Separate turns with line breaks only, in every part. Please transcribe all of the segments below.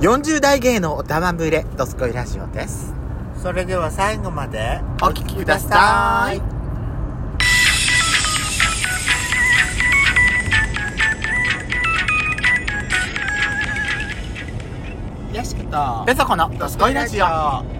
40代芸のおたまぶれ、ドスコイラジオです。
それでは最後まで
お聞きください。
よしこと
ペソコのドスコイラジオ。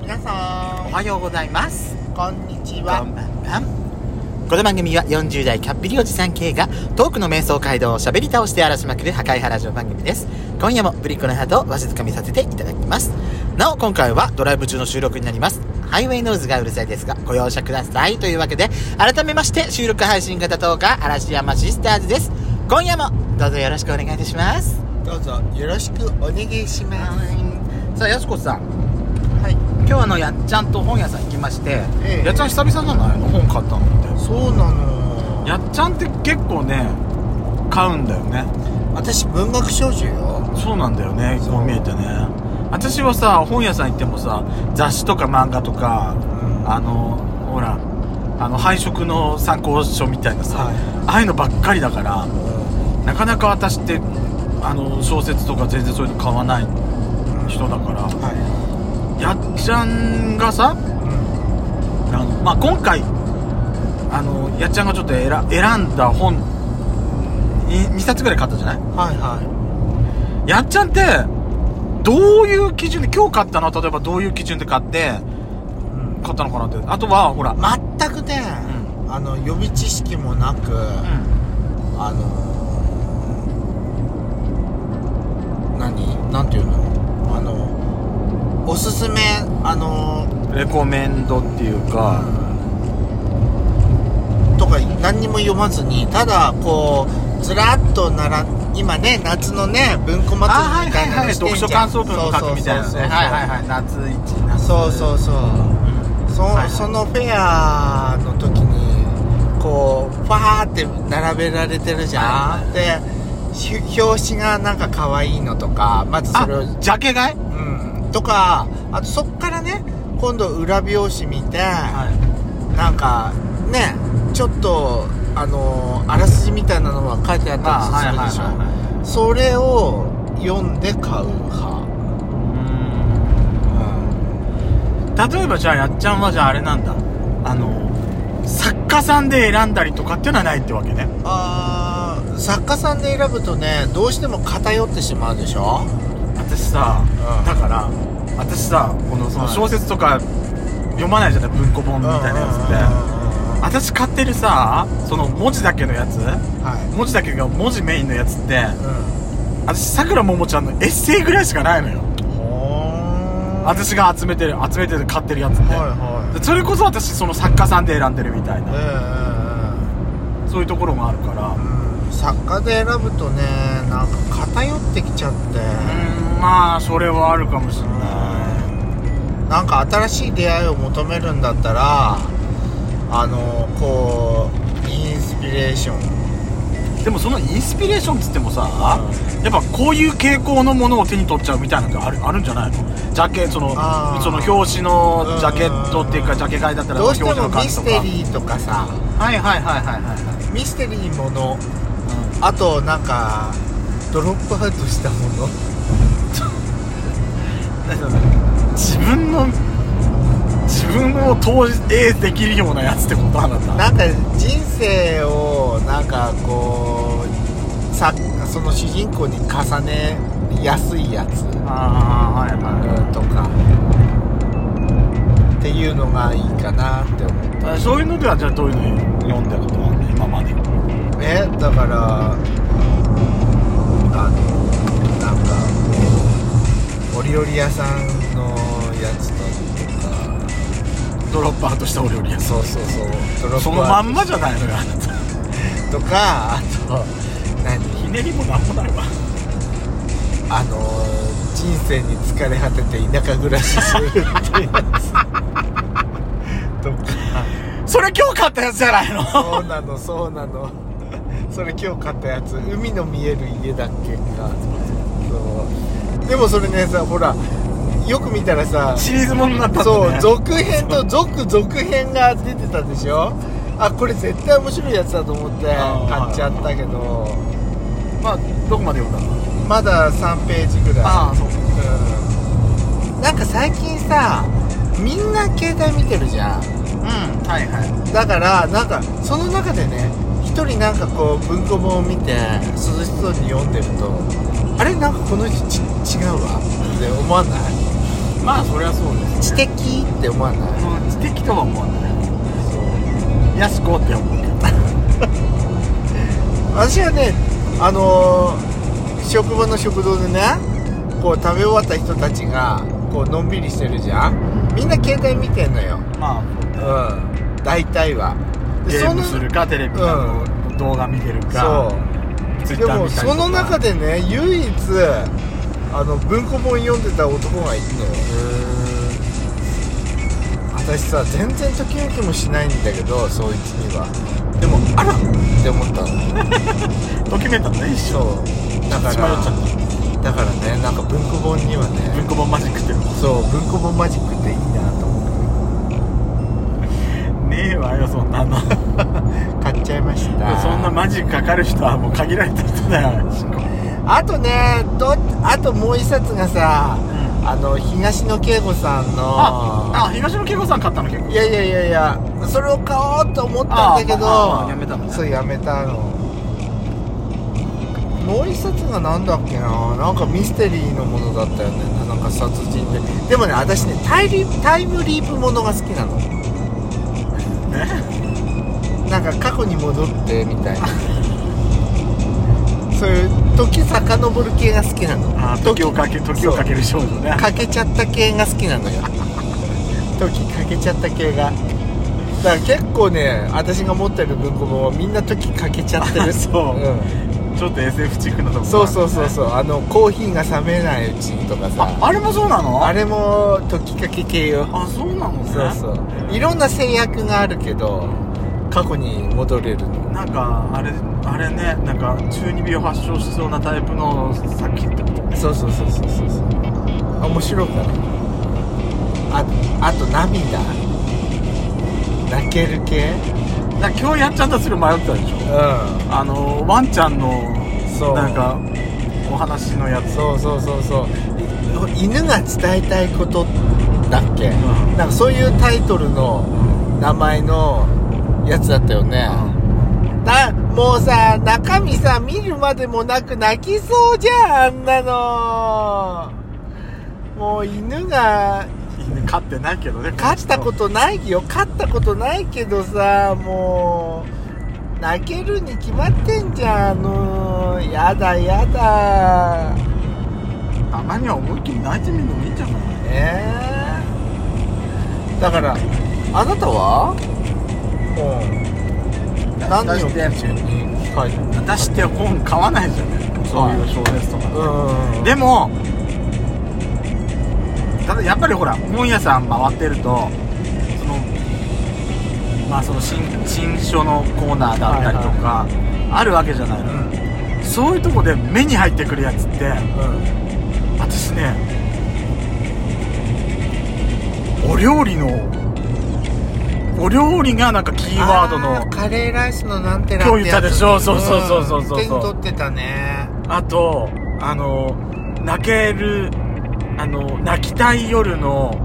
皆さ
おはようございます。
んこんにち
こ
は
んばんは。この番組は40代キャッピリおじさん系がトークの瞑想街道を喋り倒して荒らしまくる破壊派ラジオ番組です。今夜もブリッコのハートをわしづかみさせていただきます。なお今回はドライブ中の収録になります。ハイウェイノイズがうるさいですがご容赦ください。というわけで改めまして収録配信型トーカー嵐山シスターズです。今夜もどうぞよろしくお願いいたします。
どうぞよろしくお願いします
はい。さあ、やすこさん。
はい
今日あのやっちゃんと本屋さん行きまして、
ええ
やっちゃん久々じゃないの本買ったのって。
そうなの
やっちゃんって結構ね買うんだよね
私文学少女よ
そうなんだよねこう見えてね私はさ本屋さん行ってもさ雑誌とか漫画とかあのほらあの配色の参考書みたいなさ、
はい
ああいうのばっかりだからなかなか私ってあの小説とか全然そういうの買わない人だから
は
やっちゃんがさあの、まあ、今回あのやっちゃんがちょっと選選んだ本2冊ぐらい買ったじゃない
いはいは
やっちゃんってどういう基準で今日買ったのは例えばどういう基準で買って
いうん
買ったのかなってあとはほら、
全くねあの予備知識もなく
う
あのー、何なんていうのあのおすすめあの
ん、レコメンドっていうか
とか何にも読まずにただこうずらっとなら今ね夏のね文庫祭りみたいなのしてん
読
じ
書
ゃん
感想文を書くみたいな
そ
ね
うそうそうそう
はいはいはい夏一夏
そうそうそうそ,、
はい
そのフェアの時にこうファーって並べられてるじゃん、
はい
でし表紙がなんか可愛いのとかまずそ
あ
れを
ジャケ買い、
うんとかあとそっからね今度裏表紙見て、なんかねちょっとあのあらすじみたいなのは書いてあったりするでしょ、
はいはいはいはい
それを読んで買う派、
うん例えばじゃあやっちゃんはじゃああれなんだあの作家さんで選んだりとかっていうのはないってわけね
あー作家さんで選ぶとねどうしても偏ってしまうでしょ
私さ、
うん
だから私さこのその
はい
小説とか読まないじゃない文庫本みたいなやつって、
は
私買ってるさその文字だけのやつ文字だけが文字メインのやつって
い、うん
私さくらももちゃんのエッセイぐらいしかないのよ
ほー
私が集めてる集めてる買ってるやつっ
は
て、
いはい
それこそ私その作家さんで選んでるみた
え
い
え
なそういうところもあるから
ええうん作家で選ぶとねなんか偏ってきちゃって、
うんまあそれはあるかもしれない
なんか新しい出会いを求めるんだったらあのこうインスピレーション
でもそのインスピレーションっつってもさ、
う
やっぱこういう傾向のものを手に取っちゃうみたいなのがあるあるんじゃないのジャケその
あー
その表紙のジャケットっていうかジャケ買いだったら
どうして
表
も
紙の
ミ
感じ
ス
と
テリーと
か
かさ
はいはいはいはいはいはい
ミステリーものあとなんかドロップアウトしたもの
自分の自分を投影できるようなやつってことあなた
なんか人生をなんかこうさその主人公に重ねやすいやつ
ああーはいは
とかっていうのがいいかなって思う
いあそういうのではじゃあどういうの読んだことはあるの今まで
えだからあのなんかこうお料理屋さんのやつとか
ドロップアウトしたお料理やそ
そうそうそうドロップ
のま
アウ
んまじゃないのよあなた
トとかあと何
ひねりもなんもないわ
あの人生に疲れ果てて田舎暮らしするっていうやつとか
それ今日買ったやつじゃないの
そうなのそうなのそれ今日買ったやつ海の見える家だっけかそうでもそれねさほらよく見たら さ
シリーズものになったん
そ
だ
う
ね
続編と続続編が出てたでしょあこれ絶対面白いやつだと思って買
あー
っちゃったけど
まあどこまで読んだの
まだ3ページぐらい
ああそう
うんさみんな携帯見てるじゃん
うんはいは
だからなんかその中でね一人なんかこう文庫本を見て涼しそうに読んでるとあれなんかこの人ち違うわって思わない
いまあそりゃそうです
知
ね
的って思わない
うん知的とは思わないやすこって思うけど
私はねあのー職場の食堂でねこう食べ終わった人たちがこうのんびりしてるじゃんみんな携帯見てんのよ
まあ
うん大体は
ゲームす
る
るかテレビ
う
か動画見てるか
そう
ツイ
で
ッター
も
見た
そ
りとか
の中
で
でね唯一あの文庫本読んでた男がいるのよ私さ全然ときめきもしないんだけどそいつにはでもあらって思ったの
ときめいたんだ一緒
そうだか
血迷っちゃっ
らだからねなんか文庫本には
た
ね
文庫本マジックっての
そう文庫本マジックっていいなと思
ねえわよそん なのそ
って買っちゃいました
んなマジックかかる人はもう限られた人だよ
あとねどあともう一冊がさあの東野圭吾さんの
ああ東野圭吾さん買ったの結構
いやいやいやいやそれを買おうと思ったんだけど、
あーまあまあやめたのね
そうやめたのもう一冊がなんだっけななんかミステリーのものだったよねなんか殺人ででもね私ねタイリタイムリープものが好きなの
ね
なんか過去に戻ってみ たいなそういう時遡る系が好きなの
あー時をかけ時をかける少女ね
かけちゃった系が好きなのよ時かけちゃった系がだから結構ね私が持ってる文庫本はみんな時かけちゃってる
そうんちょっと SF チックなとこもある
そうそうそうそうあのコーヒーが冷めないうちにとか
あ
さ
あれもそうなの
あれも時かけ系よ
あそうなのね
そうそういろんな制約があるけど過去に戻れるの
なんかあれあれねなんか中二病発症しそうなタイプの作品ってこと
そうそうそうそうそうそうあ面白くないああと涙泣ける系
なんか今日やっちゃったすぐ迷ったでしょ
うん
あのワンちゃんの
そう
なんかお話のやつ
そうそうそうそうい犬が伝えたいことだっけ、
ん
なんかそういうタイトルの名前のやつだったよね、だもうさ中身さ見るまでもなく泣きそうじゃんあんなのもう犬が
犬飼ってないけどね
勝ったことないよ勝ったことないけどさもう泣けるに決まってんじゃんあのやだやだ
たまには思いっきり泣いてみるのもいいんじゃない
えー、だからあなたはうん何を
出して
書いて
出して本買わないじゃんそういう小説とか
うん
でもただやっぱりほら本屋さん回ってるとそのまあその新新書のコーナーだったりとか、あるわけじゃないの、そういうとこで目に入ってくるやつって
うん
私ねお料理のお料理がなんかキーワードの
あカレーライスのなんてら
今日言ったでしょそうそうそうそうそう
手に取ってたね
あとあの泣けるあの泣きたい夜の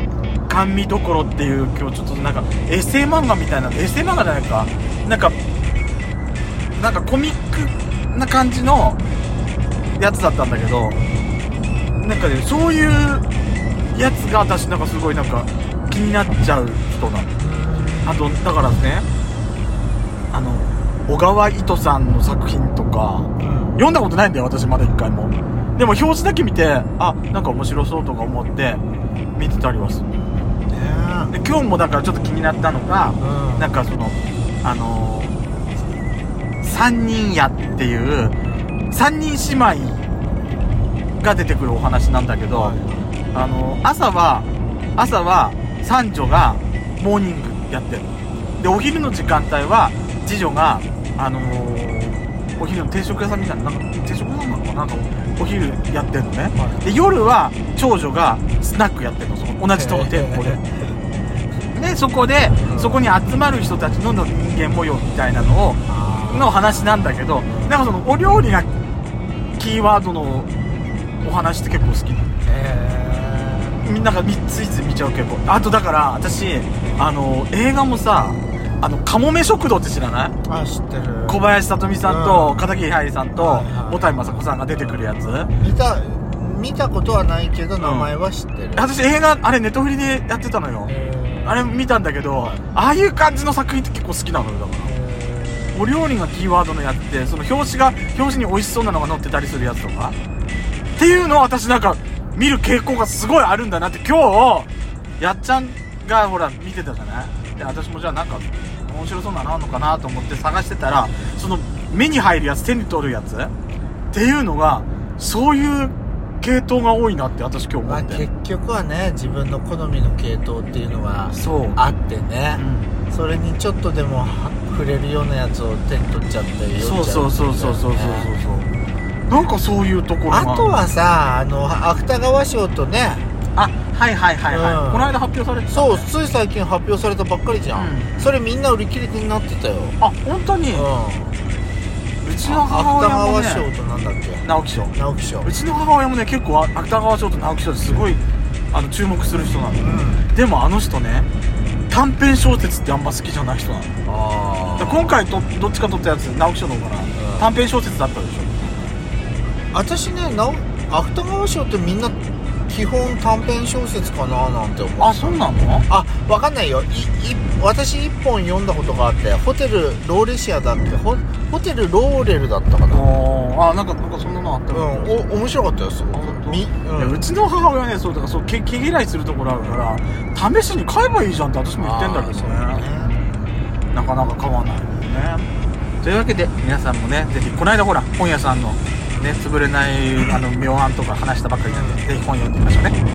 甘味どころっていう今日ちょっとなんかエッセイ漫画みたいなエッセイ漫画じゃないかなんかなんかコミックな感じのやつだったんだけどなんかねそういうやつが私なんかすごいなんか気になっちゃう人なのあとだからねあの小川糸さんの作品とか
うん
読んだことないんだよ私まだ一回もでも表紙だけ見てあなんか面白そうとか思って見てたりはする
ね
で今日もだからちょっと気になったのが
う、ん
なんかそのあのー三人屋っていう三人姉妹が出てくるお話なんだけど、あの朝は朝は三女がモーニングやってるでお昼の時間帯は次女があのーお昼の定食屋さんみたいななんか定食屋さんなのかななんかお昼やってるのね、
は
で夜は長女がスナックやってるのその同じとこ店舗ででそこで、
うん
そこに集まる人たちの人間模様みたいなのをの話なんだけどなんかそのお料理がキーワードのお話って結構好きなの
え
みんなが3ついつ見ちゃう結構あとだから私あの映画もさあのカモメ食堂って知らない
あ知ってる
小林聡美さん
う
と
ん
片桐はいりさん
は
と
いはい
小谷雅子さんが出てくるやつ
見た見たことはないけど
ん
名前は知ってる、
私映画あれネットフリでやってたのよ
えー
あれ見たんだけどああいう感じの作品って結構好きなのよだから
え
お料理がキーワードのやってその表紙が表紙に美味しそうなのが載ってたりするやつとかっていうのを私なんか見る傾向がすごいあるんだなって今日やっちゃんがほら見てたじゃないで私もじゃあなんか面白そうなのあんのかなと思って探してたらその目に入るやつ手に取るやつっていうのがそういう系統が多いなって私今日
ー
思
まあ、
って、
結局はね自分の好みの系統っていうのは
そう
あってね
う、ん
それにちょっとでもは触れるようなやつを手に取っちゃって読んじゃ
そうそうそうそうそうそうそうそうなんかそういうところが
あとはさあの芥川賞とね
あはいはいはいはい、
うん
この間発表されてたね
そうつい最近発表されたばっかりじゃん、
う
それみんな売り切れになってたよ、うん、
あ本当に、うちの母
芥
親も
川
ね
賞となんだっけ
直木賞
直木賞
うちの母親もね結構あ芥川賞と直木賞ですごいあの注目する人なの、でもあの人ね短編小説ってあんま好きじゃない人なのだ
あ
から今回とどっちか取ったやつ直木賞の方かな、
ん
短編小説だったでしょ
私ねなお芥川賞ってみんな基本短編小説かななんて思う
あそうなの
あわかんないよいい私一本読んだことがあってホテルローレシアだってホホテルローレルだったかな
ああなんかなんかそんなのあった
うん
よ
お面白かったよすご
あ本
く
当
み、
いや
う、
うんちの母親ねそうだからそう毛毛嫌いするところあるから試しに買えばいいじゃんって私も言ってんだけど
あ
ね
ーそうね
なかなか買わないもんねというわけで皆さんもねぜひこの間ほら本屋さんのね潰れないあの妙案とか話したばっかりなんでぜひ本読んでみましょうね